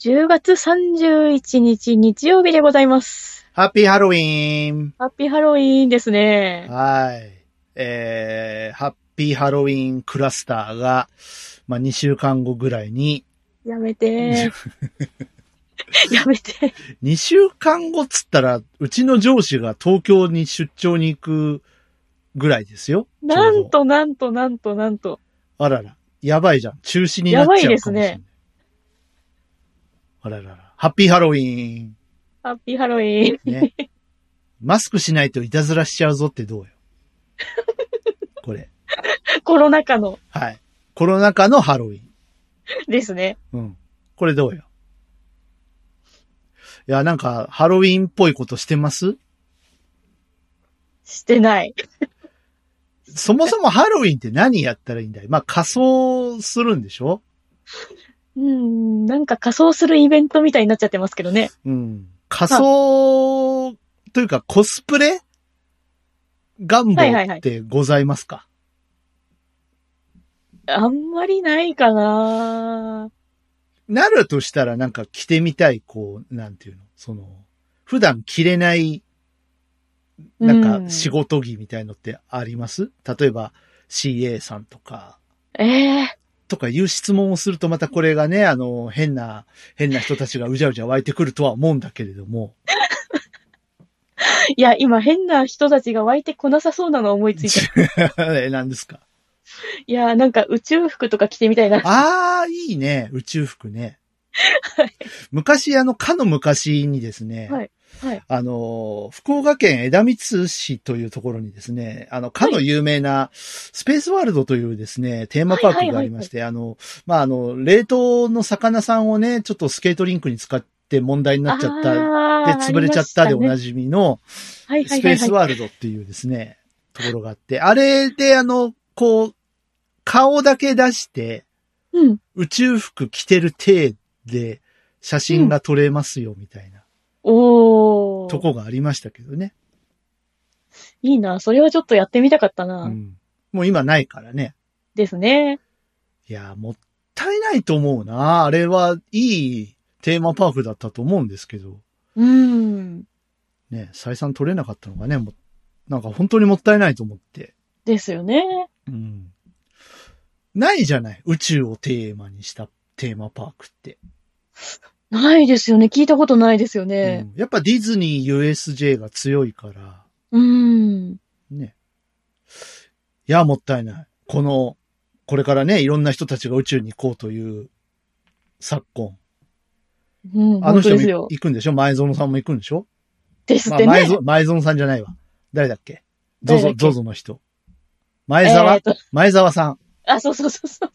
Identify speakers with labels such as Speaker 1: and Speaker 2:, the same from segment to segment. Speaker 1: 10月31日日曜日でございます。
Speaker 2: ハッピーハロウィーン
Speaker 1: ハッピーハロウィーンですね。
Speaker 2: はい。えー、ハッピーハロウィーンクラスターが、まあ、2週間後ぐらいに、
Speaker 1: やめ て。やめて。
Speaker 2: 2週間後っつったら、うちの上司が東京に出張に行くぐらいですよ。
Speaker 1: なんとなんとなんとなんと。
Speaker 2: あらら。やばいじゃん。中止になっちゃうかもしれ
Speaker 1: やば
Speaker 2: ないい。
Speaker 1: ですね。
Speaker 2: あららら。ハッピーハロウィーン。
Speaker 1: ハッピーハロウィーン。
Speaker 2: ね。 マスクしないといたずらしちゃうぞってどうよ。これ。
Speaker 1: コロナ禍の
Speaker 2: はい。コロナ禍のハロウィン。
Speaker 1: ですね。
Speaker 2: うん。これどうよ。いや、なんか、ハロウィンっぽいことしてます
Speaker 1: してない。
Speaker 2: そもそもハロウィンって何やったらいいんだいまあ、仮装するんでしょ
Speaker 1: うん、なんか仮装するイベントみたいになっちゃってますけどね。
Speaker 2: うん。仮装というかコスプレ願
Speaker 1: はいはいは
Speaker 2: 望
Speaker 1: い
Speaker 2: ってございますか、
Speaker 1: あんまりないかな
Speaker 2: なるとしたらなんか着てみたい、こう、なんていうのその、普段着れない、なんか仕
Speaker 1: 事。
Speaker 2: 事着みたいのってあります、例えば CA さんとか、
Speaker 1: ええ
Speaker 2: とかいう質問をするとまたこれがね、あの、変な、変な人たちがうじゃうじゃ湧いてくるとは思うんだけれども、
Speaker 1: いや、今変な人たちが湧いてこなさそうなの思いついた。
Speaker 2: え何ですか
Speaker 1: いや、なんか宇宙服とか着てみたいな。
Speaker 2: ああ、いいね。宇宙服ね。昔、あの、かの昔にですね、
Speaker 1: はいはい
Speaker 2: あの、福岡県枝光市というところにですね、あの、かの有名なスペースワールドというですね、テーマパークがありまして、あの、まあ、あの、冷凍の魚さんをね、ちょっとスケートリンクに使って問題になっちゃった。で、
Speaker 1: た
Speaker 2: 潰れちゃったでおな
Speaker 1: じ。
Speaker 2: じみの、
Speaker 1: はいは
Speaker 2: ス
Speaker 1: いは
Speaker 2: ペ
Speaker 1: い
Speaker 2: ースワールドっていうですね、ところがあって、あれであの、こう、顔だけ出して、
Speaker 1: うん。
Speaker 2: 宇宙服着てる体で写真が撮れますよ、みたいな
Speaker 1: おー。
Speaker 2: とこがありましたけどね。
Speaker 1: いいな。それはちょっとやってみたかったな。
Speaker 2: うん。もう今ないからね。
Speaker 1: ですね。
Speaker 2: いや、もったいないと思うな。あれはいいテーマパークだったと思うんですけど、
Speaker 1: うん。
Speaker 2: ね、採算取れなかったのがね、もうなんか本当にもったいないと思って。
Speaker 1: ですよね。
Speaker 2: うんないじゃない宇宙をテーマにしたテーマパークって。
Speaker 1: ないですよね。聞いたことないですよね。
Speaker 2: うんやっぱディズニー USJ が強いから、
Speaker 1: うん。
Speaker 2: ね。いや、もったいない。この、これからね、いろんな人たちが宇宙に行こうという昨今。
Speaker 1: うん。
Speaker 2: あの
Speaker 1: 本当
Speaker 2: 人
Speaker 1: で
Speaker 2: も
Speaker 1: すよ。
Speaker 2: 行くんでしょ前園さんも行くんでしょ、
Speaker 1: ですっ
Speaker 2: まあ、
Speaker 1: て
Speaker 2: 前
Speaker 1: ね。
Speaker 2: 園、前園さんじゃないわ。誰だっけゾ
Speaker 1: 誰だ
Speaker 2: ゾ、
Speaker 1: っけ
Speaker 2: ゾゾの人。前澤、
Speaker 1: えーと
Speaker 2: 前澤さん。
Speaker 1: あ、そうそうそうそ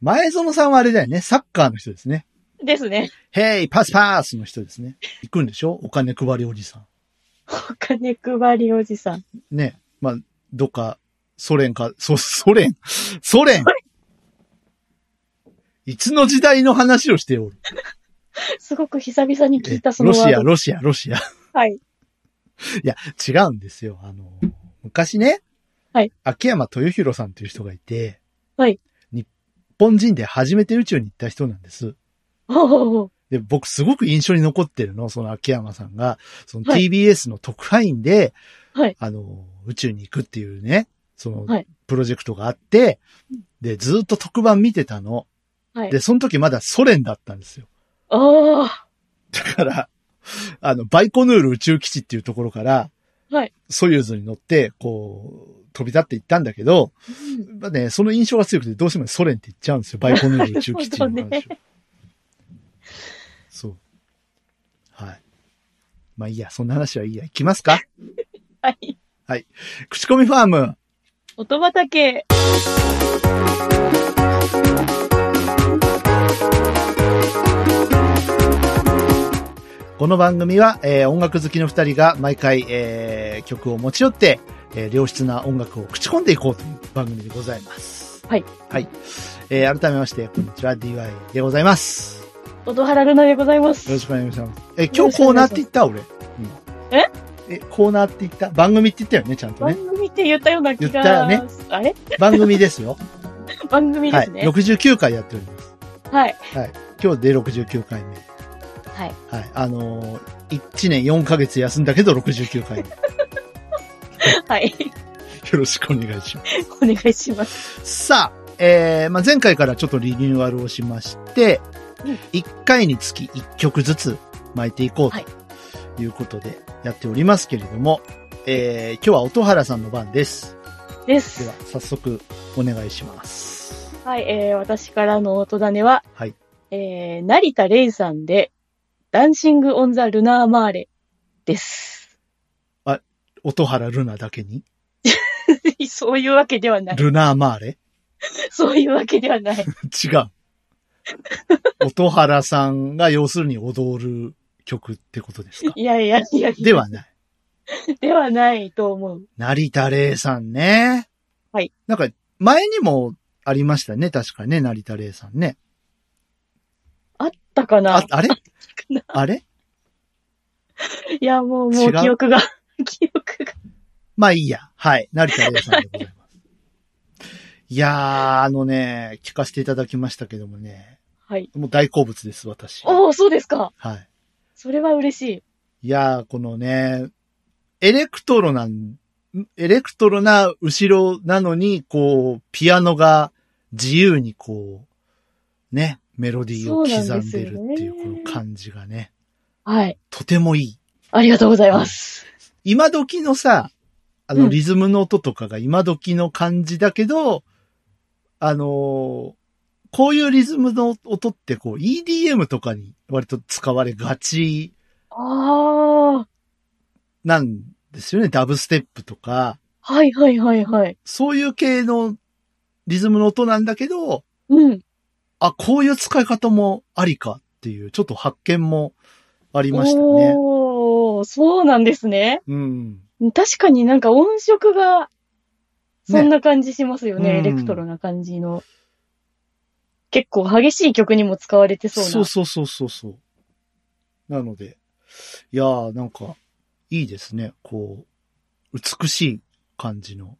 Speaker 2: 前園さんはあれだよね。サッカーの人ですね。
Speaker 1: う。ですね。
Speaker 2: ヘイパスパースの人ですね。行くんでしょお金配りおじさ
Speaker 1: お金配りおじさん。
Speaker 2: ん。ね。まあ、どっか、ソ連か、そ、ソ連ソ連いつの時代の話をしておる
Speaker 1: すごく久々に聞いたその
Speaker 2: ロ
Speaker 1: ワ
Speaker 2: シア、
Speaker 1: ード。
Speaker 2: ロシア、ロシア。
Speaker 1: はい。
Speaker 2: 違うんですよ。あの、昔ね。
Speaker 1: はい。
Speaker 2: 秋山豊弘さんという人がいて。
Speaker 1: はい。
Speaker 2: 日本人で初めて宇宙に行った人なんです。
Speaker 1: おー。
Speaker 2: で、僕すごく印象に残ってるの、その秋山さんが、その
Speaker 1: はい
Speaker 2: TBS の特派員で、
Speaker 1: はい
Speaker 2: あの、宇宙に行くっていうね、その
Speaker 1: はい、
Speaker 2: プロジェクトがあって、で、ずっと特番見てたの。
Speaker 1: はい
Speaker 2: で、その時まだソ連だったんですよ。
Speaker 1: おー。
Speaker 2: だから、あの、バイコヌール宇宙基地っていうところから、
Speaker 1: はい
Speaker 2: ソユーズに乗って、こう、飛び立っていったんだけど、
Speaker 1: うん
Speaker 2: まあね、その印象が強くて、どうしてもソ連って言っちゃうんですよ。バイコヌール宇宙基地の話を。
Speaker 1: なるほ
Speaker 2: そう。はい。まあいいや、そんな話はいいや。行きますか
Speaker 1: はい。
Speaker 2: 口コミファーム。
Speaker 1: 音畑。
Speaker 2: この番組は、えー音楽好きの二人が毎回、えー曲を持ち寄って、えー良質な音楽を口コんでいこうという番組でございます。
Speaker 1: はい。
Speaker 2: はい。えー改めまして、こんにちは、DY でございます。
Speaker 1: 音原ルナでございま
Speaker 2: よろ
Speaker 1: す。
Speaker 2: しくお願いします。え、今日コーナーって言った俺。うん
Speaker 1: え
Speaker 2: え、コーナーって言った番組って言ったよね、ちゃんと
Speaker 1: 番
Speaker 2: ね。
Speaker 1: 組って言ったような気
Speaker 2: 言ったよ
Speaker 1: が、
Speaker 2: ね
Speaker 1: あれ
Speaker 2: 番組ですよ。
Speaker 1: 番組ですね
Speaker 2: は。い。69回やっております。
Speaker 1: はい。
Speaker 2: 今日で69回目。
Speaker 1: はい。
Speaker 2: はい。あのー、1年4ヶ月休んだけど69回目。よ
Speaker 1: はい。
Speaker 2: ろしくお願いしま
Speaker 1: お願いします。
Speaker 2: す。さあ、えー、まあ、前回からちょっとリニューアルをしまして、
Speaker 1: うん
Speaker 2: 1回につき1曲ずつ巻いていこう
Speaker 1: はい
Speaker 2: ということでやっておりますけれども、えー、今日は音原さんの番です。
Speaker 1: で
Speaker 2: ですは。、早速お願いします。
Speaker 1: はい、えー、私からの音種は、
Speaker 2: はい。
Speaker 1: えー、成田玲さんで、ダンシング・オン・ザ・ルナー・マーレです。
Speaker 2: 音原ルナだけに、
Speaker 1: そういうわけではない。
Speaker 2: ルナーマーレ
Speaker 1: そういうわけでは ない。
Speaker 2: 違う。音原さんが要するに踊る曲ってことで すか
Speaker 1: いやいやいや、
Speaker 2: ではない。
Speaker 1: ではないと思う。
Speaker 2: 成田玲さんね。
Speaker 1: はい。
Speaker 2: なんか、前にもありましたね。確かね、成田玲さんね。
Speaker 1: あったかな
Speaker 2: あ、あれ あれ
Speaker 1: いや、もう、も
Speaker 2: 違
Speaker 1: う
Speaker 2: う
Speaker 1: 記憶が、 記憶が。
Speaker 2: まあいいや。はい。成田玲さんでございます。いやー、あのね、聞かせていただきましたけどもね。
Speaker 1: はい。
Speaker 2: もう大好物です、私。は
Speaker 1: おお、そうですか。
Speaker 2: い。
Speaker 1: それは嬉しい。
Speaker 2: いやー、このね、エレクトロなん、エレクトロな後ろなのに、こう、ピアノが自由にこう、ね、メロディーを刻んで
Speaker 1: そ
Speaker 2: るっていう
Speaker 1: う
Speaker 2: こ
Speaker 1: なんですよね
Speaker 2: の感じがね、
Speaker 1: はい。
Speaker 2: とてもいい。
Speaker 1: ありがとうございます。
Speaker 2: 今時のさ、あ
Speaker 1: う
Speaker 2: の、
Speaker 1: ん
Speaker 2: リズムの音とかが今時の感じだけど、あのーこういうリズムの音ってこう、EDM とかに割と使われがち
Speaker 1: ああ、
Speaker 2: なんですよね。ダブステップとか。
Speaker 1: はいはいはいはい。
Speaker 2: そういう系のリズムの音なんだけど、
Speaker 1: うん。
Speaker 2: あ、こういう使い方もありかっていう、ちょっと発見もありましたね。
Speaker 1: おお、そうなんですね。
Speaker 2: うん。
Speaker 1: 確かになんか音色が、そんな感じしますよね。
Speaker 2: うん
Speaker 1: エレクトロな感じの。結構激しい曲にも使われてそうな。
Speaker 2: そうそうそうそうそう。なので、いやーなんか、いいですね。こう、美しい感じの。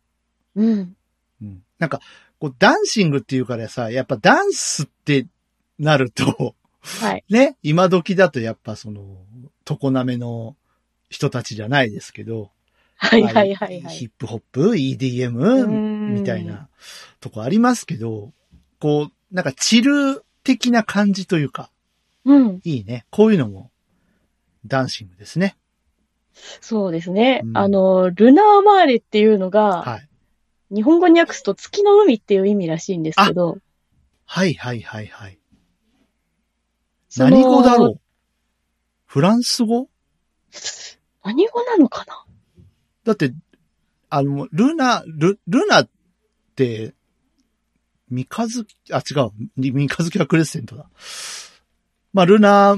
Speaker 1: うん。
Speaker 2: うん。なんか、こう、ダンシングっていうからさ、やっぱダンスってなると、
Speaker 1: はい。
Speaker 2: ね、今時だとやっぱその、常滑の人たちじゃないですけど、
Speaker 1: はいはいはいは
Speaker 2: ヒ
Speaker 1: い。
Speaker 2: ップホップ、EDM、みたいなとこありますけど、こう、なんかチル的な感じというか、
Speaker 1: うん。
Speaker 2: いいね。こういうのも、ダンシングですね。
Speaker 1: そうですね。
Speaker 2: うん
Speaker 1: あの、ルナーマーレっていうのが、
Speaker 2: はい。
Speaker 1: 日本語に訳すと月の海っていう意味らしいんですけど。
Speaker 2: はいはいはいはい。
Speaker 1: その
Speaker 2: 何語だろうフランス語
Speaker 1: 何語なのかな
Speaker 2: だって、あの、ルナ、ル、ルナって、三日月、あ、違う。三日月はクレッセントだ。まあ、ルナ、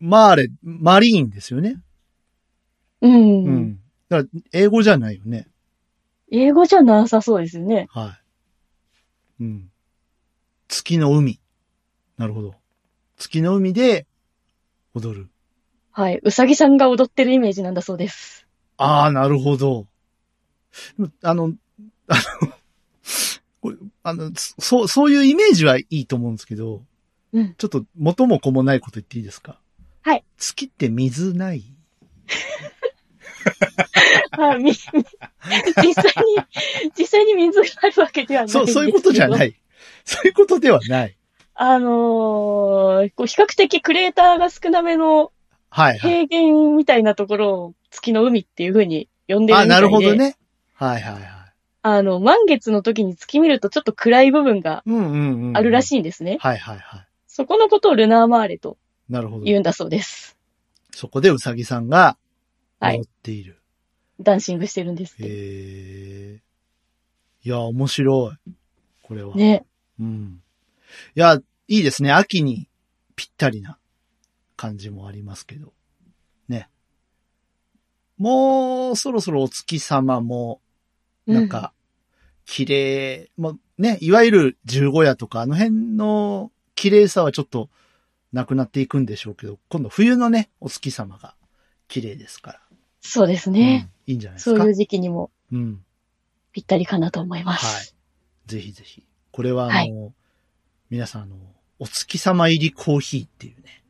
Speaker 2: マーレ、マリーンですよね。
Speaker 1: うん。
Speaker 2: うん。だから、英語じゃないよね。
Speaker 1: 英語じゃなさそうですよね。
Speaker 2: はい。うん。月の海。なるほど。月の海で踊る。
Speaker 1: はい。うさぎさんが踊ってるイメージなんだそう です。
Speaker 2: ああ、なるほど。でもあの、あの、これあの、そう、そういうイメージはいいと思うんですけど、
Speaker 1: うん
Speaker 2: ちょっと元も子もないこと言っていいですか
Speaker 1: はい。
Speaker 2: 月って水ない
Speaker 1: あ、み、み実際に、実際に水があるわけではないんですけ
Speaker 2: そ
Speaker 1: ど。。
Speaker 2: う、そういうことじゃないい。そういうことではない。
Speaker 1: あのーこう比較的クレーターが少なめの
Speaker 2: はい、はい。
Speaker 1: 平原みたいなところを月の海っていう風に呼んでるみた
Speaker 2: あ
Speaker 1: いで。
Speaker 2: なるほど。ね。はいはいはい。
Speaker 1: あの、満月の時に月見るとちょっと暗い部分が
Speaker 2: うんうんうん。
Speaker 1: あるらし
Speaker 2: い。
Speaker 1: いんですね。
Speaker 2: はいはいはい。
Speaker 1: そこのことをルナーマーレと
Speaker 2: なるほど。
Speaker 1: 言うんだそうです。
Speaker 2: そこでうさぎさんが
Speaker 1: はい
Speaker 2: 踊っている。
Speaker 1: ダンシングしてるんですって。
Speaker 2: へえ。いや、面白い。これは。
Speaker 1: ね。
Speaker 2: うん。いや、いいですね。秋にぴったりな感じもありますけど。ね。もう、そろそろお月様も、なんか、綺麗、まあね、いわゆる十五夜とか、あの辺の綺麗さはちょっとなくなっていくんでしょうけど、今度冬のね、お月様が綺麗ですから。
Speaker 1: そうですね、
Speaker 2: うんいいんじゃないです
Speaker 1: そ
Speaker 2: か。
Speaker 1: ういう時期にも
Speaker 2: うん。
Speaker 1: ぴったりかなと思いま
Speaker 2: はい
Speaker 1: す。。
Speaker 2: ぜひぜひ。これはあの、
Speaker 1: はい
Speaker 2: 皆さんあの、お月様入りコーヒーっていうね、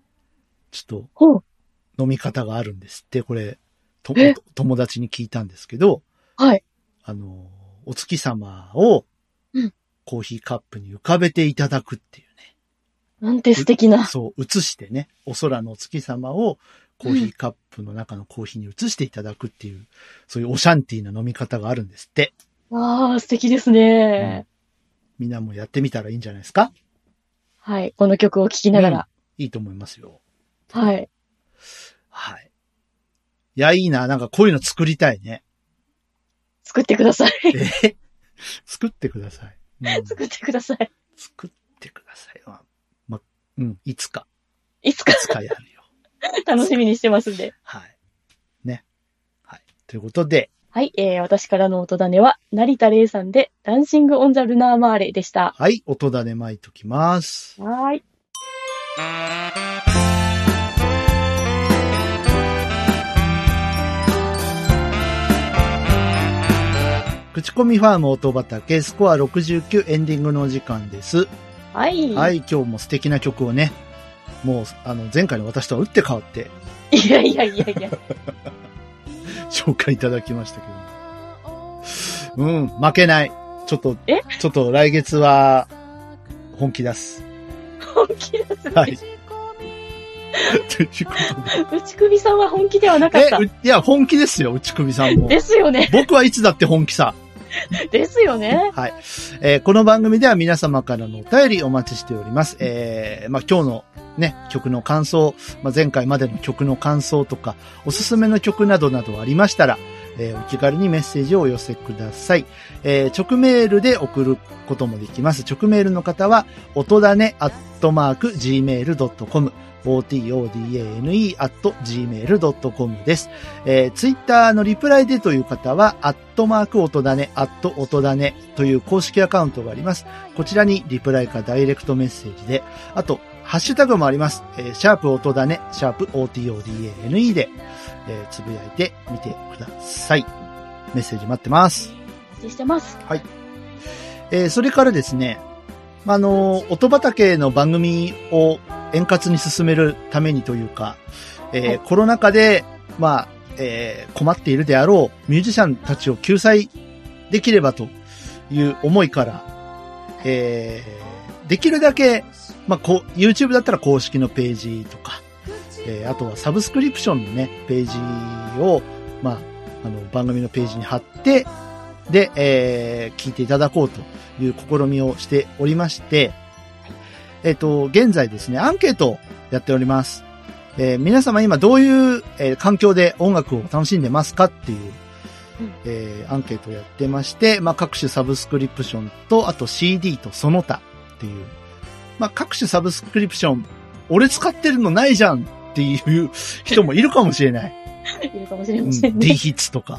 Speaker 2: ちょっ
Speaker 1: ほう。
Speaker 2: と飲み方があるんですって、これ、と
Speaker 1: え
Speaker 2: 友達に聞いたんですけど、
Speaker 1: はい。
Speaker 2: あの、お月様を
Speaker 1: うん、
Speaker 2: コーヒーカップに浮かべていただくっていうね。
Speaker 1: なんて素敵な。
Speaker 2: そう、映してね、お空のお月様をコーヒーカップの中のコーヒーに移していただくっていう、そういうオシャンティーな飲み方があるんですって。
Speaker 1: わあ、素敵ですね。
Speaker 2: みんなもやってみたらいいんじゃないですか
Speaker 1: はい。この曲を聴きながら。
Speaker 2: いいと思いますよ。
Speaker 1: はい。
Speaker 2: はい。いや、いいな。なんかこういうの作りた いね。
Speaker 1: 作ってくだ さい。
Speaker 2: え作ってください。うん
Speaker 1: 作ってください。
Speaker 2: 作ってくださいわ。ま、うん、いつか、
Speaker 1: いつか
Speaker 2: いつかやるよ。
Speaker 1: 楽しみにしてますんで。
Speaker 2: はい。ね。はい。ということで、
Speaker 1: はい。えー、私からの音種は、成田玲さんで、ダンシング・オン・ザ・ルナー・マーレでした。
Speaker 2: はい、音種まいときます。
Speaker 1: はーい。
Speaker 2: 口コミファーム音畑、スコア69エンディングのお時間です。
Speaker 1: はい。
Speaker 2: はい、今日も素敵な曲をね、もう、あの、前回の私とは打って変わって
Speaker 1: いやいやいやいや。
Speaker 2: 紹介いただきましたけども。うん、負けない。ちょっと、
Speaker 1: え
Speaker 2: ちょっと来月は、本気出す。
Speaker 1: 本気ですね。
Speaker 2: はい。ということで
Speaker 1: 内首さんは本気ではなかった
Speaker 2: え、。ういや、本気ですよ、内首さんも。
Speaker 1: ですよね。
Speaker 2: 僕はいつだって本気さ。
Speaker 1: ですよね。
Speaker 2: はい。えーこの番組では皆様からのお便りお待ちしております。えーまあ、今日のね、曲の感想、まあ、前回までの曲の感想とか、おすすめの曲などなどありましたら、えーお気軽にメッセージをお寄せください。えー直メールで送ることもできます。直メールの方は、音だね、アットマーク、gmail.com。otodane at gmail.com です。えー、ツイッターのリプライでという方は、アットマーク音だね、アット音だねという公式アカウントがあります。こちらにリプライかダイレクトメッセージで、あと、ハッシュタグもあります。えー、シャープ音だね、シャープ otodane で、えーつぶやいてみてください。メッセージ待ってます。
Speaker 1: お待ちしてます。
Speaker 2: えーそれからですね、まああの、音畑の番組を円滑に進めるためにというか、
Speaker 1: は
Speaker 2: え
Speaker 1: い
Speaker 2: ーコロナ禍で、まあ、えー困っているであろうミュージシャンたちを救済できればという思いから、えーできるだけ、まあ、こう、YouTube だったら公式のページとか、えーあとはサブスクリプションのね、ページを、まあ、あの、番組のページに貼って、で、えー聞いていただこうという試みをしておりまして、えっ、と、現在ですね、アンケートをやっております。えー皆様今どういう、えー環境で音楽を楽しんでますかっていう、
Speaker 1: うん
Speaker 2: えーアンケートをやってまして、まあ、各種サブスクリプションと、あと CD とその他っていう、まあ、各種サブスクリプション、俺使ってるのないじゃんっていう人もいるかもし れない。
Speaker 1: いるかもしれ
Speaker 2: う
Speaker 1: ま
Speaker 2: ん
Speaker 1: せん
Speaker 2: D
Speaker 1: ね。
Speaker 2: ヒッツとか。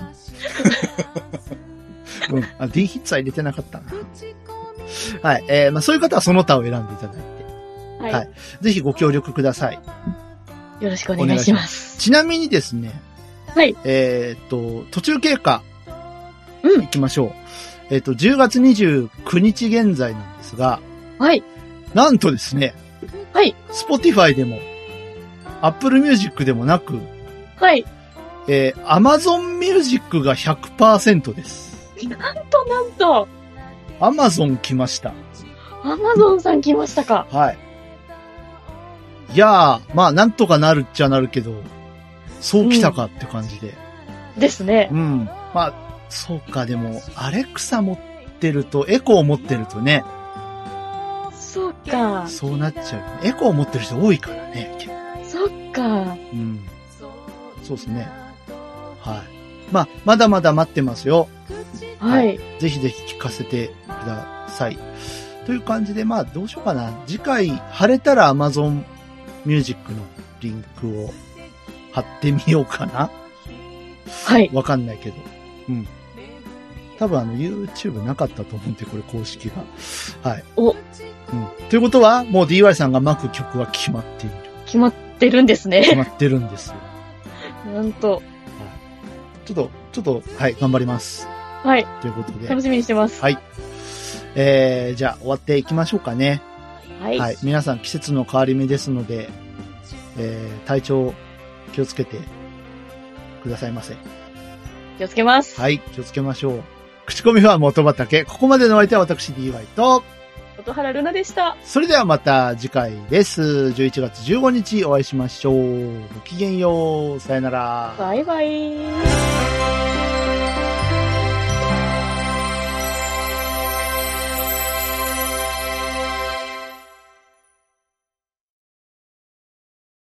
Speaker 2: うん、あ D ヒッツは入れてなかったな。はい。えーまあ、そういう方はその他を選んでいただい
Speaker 1: はい、
Speaker 2: はいて、ぜひご協力ください。
Speaker 1: よろしくお願いします。
Speaker 2: ちなみにですね、
Speaker 1: はい。
Speaker 2: えーっと、途中経過、
Speaker 1: うん
Speaker 2: 行きましょう。えーっと、10月29日現在なんですが、
Speaker 1: はい。
Speaker 2: なんとですね、
Speaker 1: はい。
Speaker 2: Spotify でも、Apple Music でもなく、
Speaker 1: はい。
Speaker 2: えー Amazon Music が100%です。
Speaker 1: なんとなんと、
Speaker 2: Amazon 来ました。
Speaker 1: アマゾンさん来ましたか。
Speaker 2: はい。いやー、まあ、なんとかなるっちゃなるけど、そう来たかって感じで。
Speaker 1: ですね
Speaker 2: う。ん。まあ、そうか、でも、アレクサ持ってると、エコー持ってるとね、
Speaker 1: そっか。
Speaker 2: そうなっちゃう。エコー持ってる人多いからね、結構
Speaker 1: そっか。
Speaker 2: うん。そうですね。はい。まあ、まだまだ待ってますよ。
Speaker 1: はい。
Speaker 2: ぜひぜひ聞かせてください。という感じで、まあ、どうしようかな。次回、晴れたら Amazon Music のリンクを貼ってみようかな。
Speaker 1: はい。
Speaker 2: わかんないけど。うん。多分あの YouTube なかったと思うんで、これ公式が。はい。
Speaker 1: お
Speaker 2: うん。ということは、もう DY さんが巻く曲は決 まっている。
Speaker 1: 決まってるんです
Speaker 2: 決
Speaker 1: ね。
Speaker 2: まってるんですよ。
Speaker 1: なんと。
Speaker 2: ちょっと、ちょっと、はい、頑張ります。
Speaker 1: はい。
Speaker 2: ということで。
Speaker 1: 楽しみにしてます。
Speaker 2: はい。えー、じゃあ終わっていきましょうかね。
Speaker 1: はい。
Speaker 2: はい。皆さん季節の変わり目ですので、えー、体調気をつけてくださいませ。
Speaker 1: 気をつけます。
Speaker 2: はい。気をつけましょう。口コミファン元畑。ここまでのお相手は私 DY と、
Speaker 1: 音原ルナでした。
Speaker 2: それではまた次回です。11月15日お会いしましょう。ごきげんよう。さよなら。
Speaker 1: バイバイ。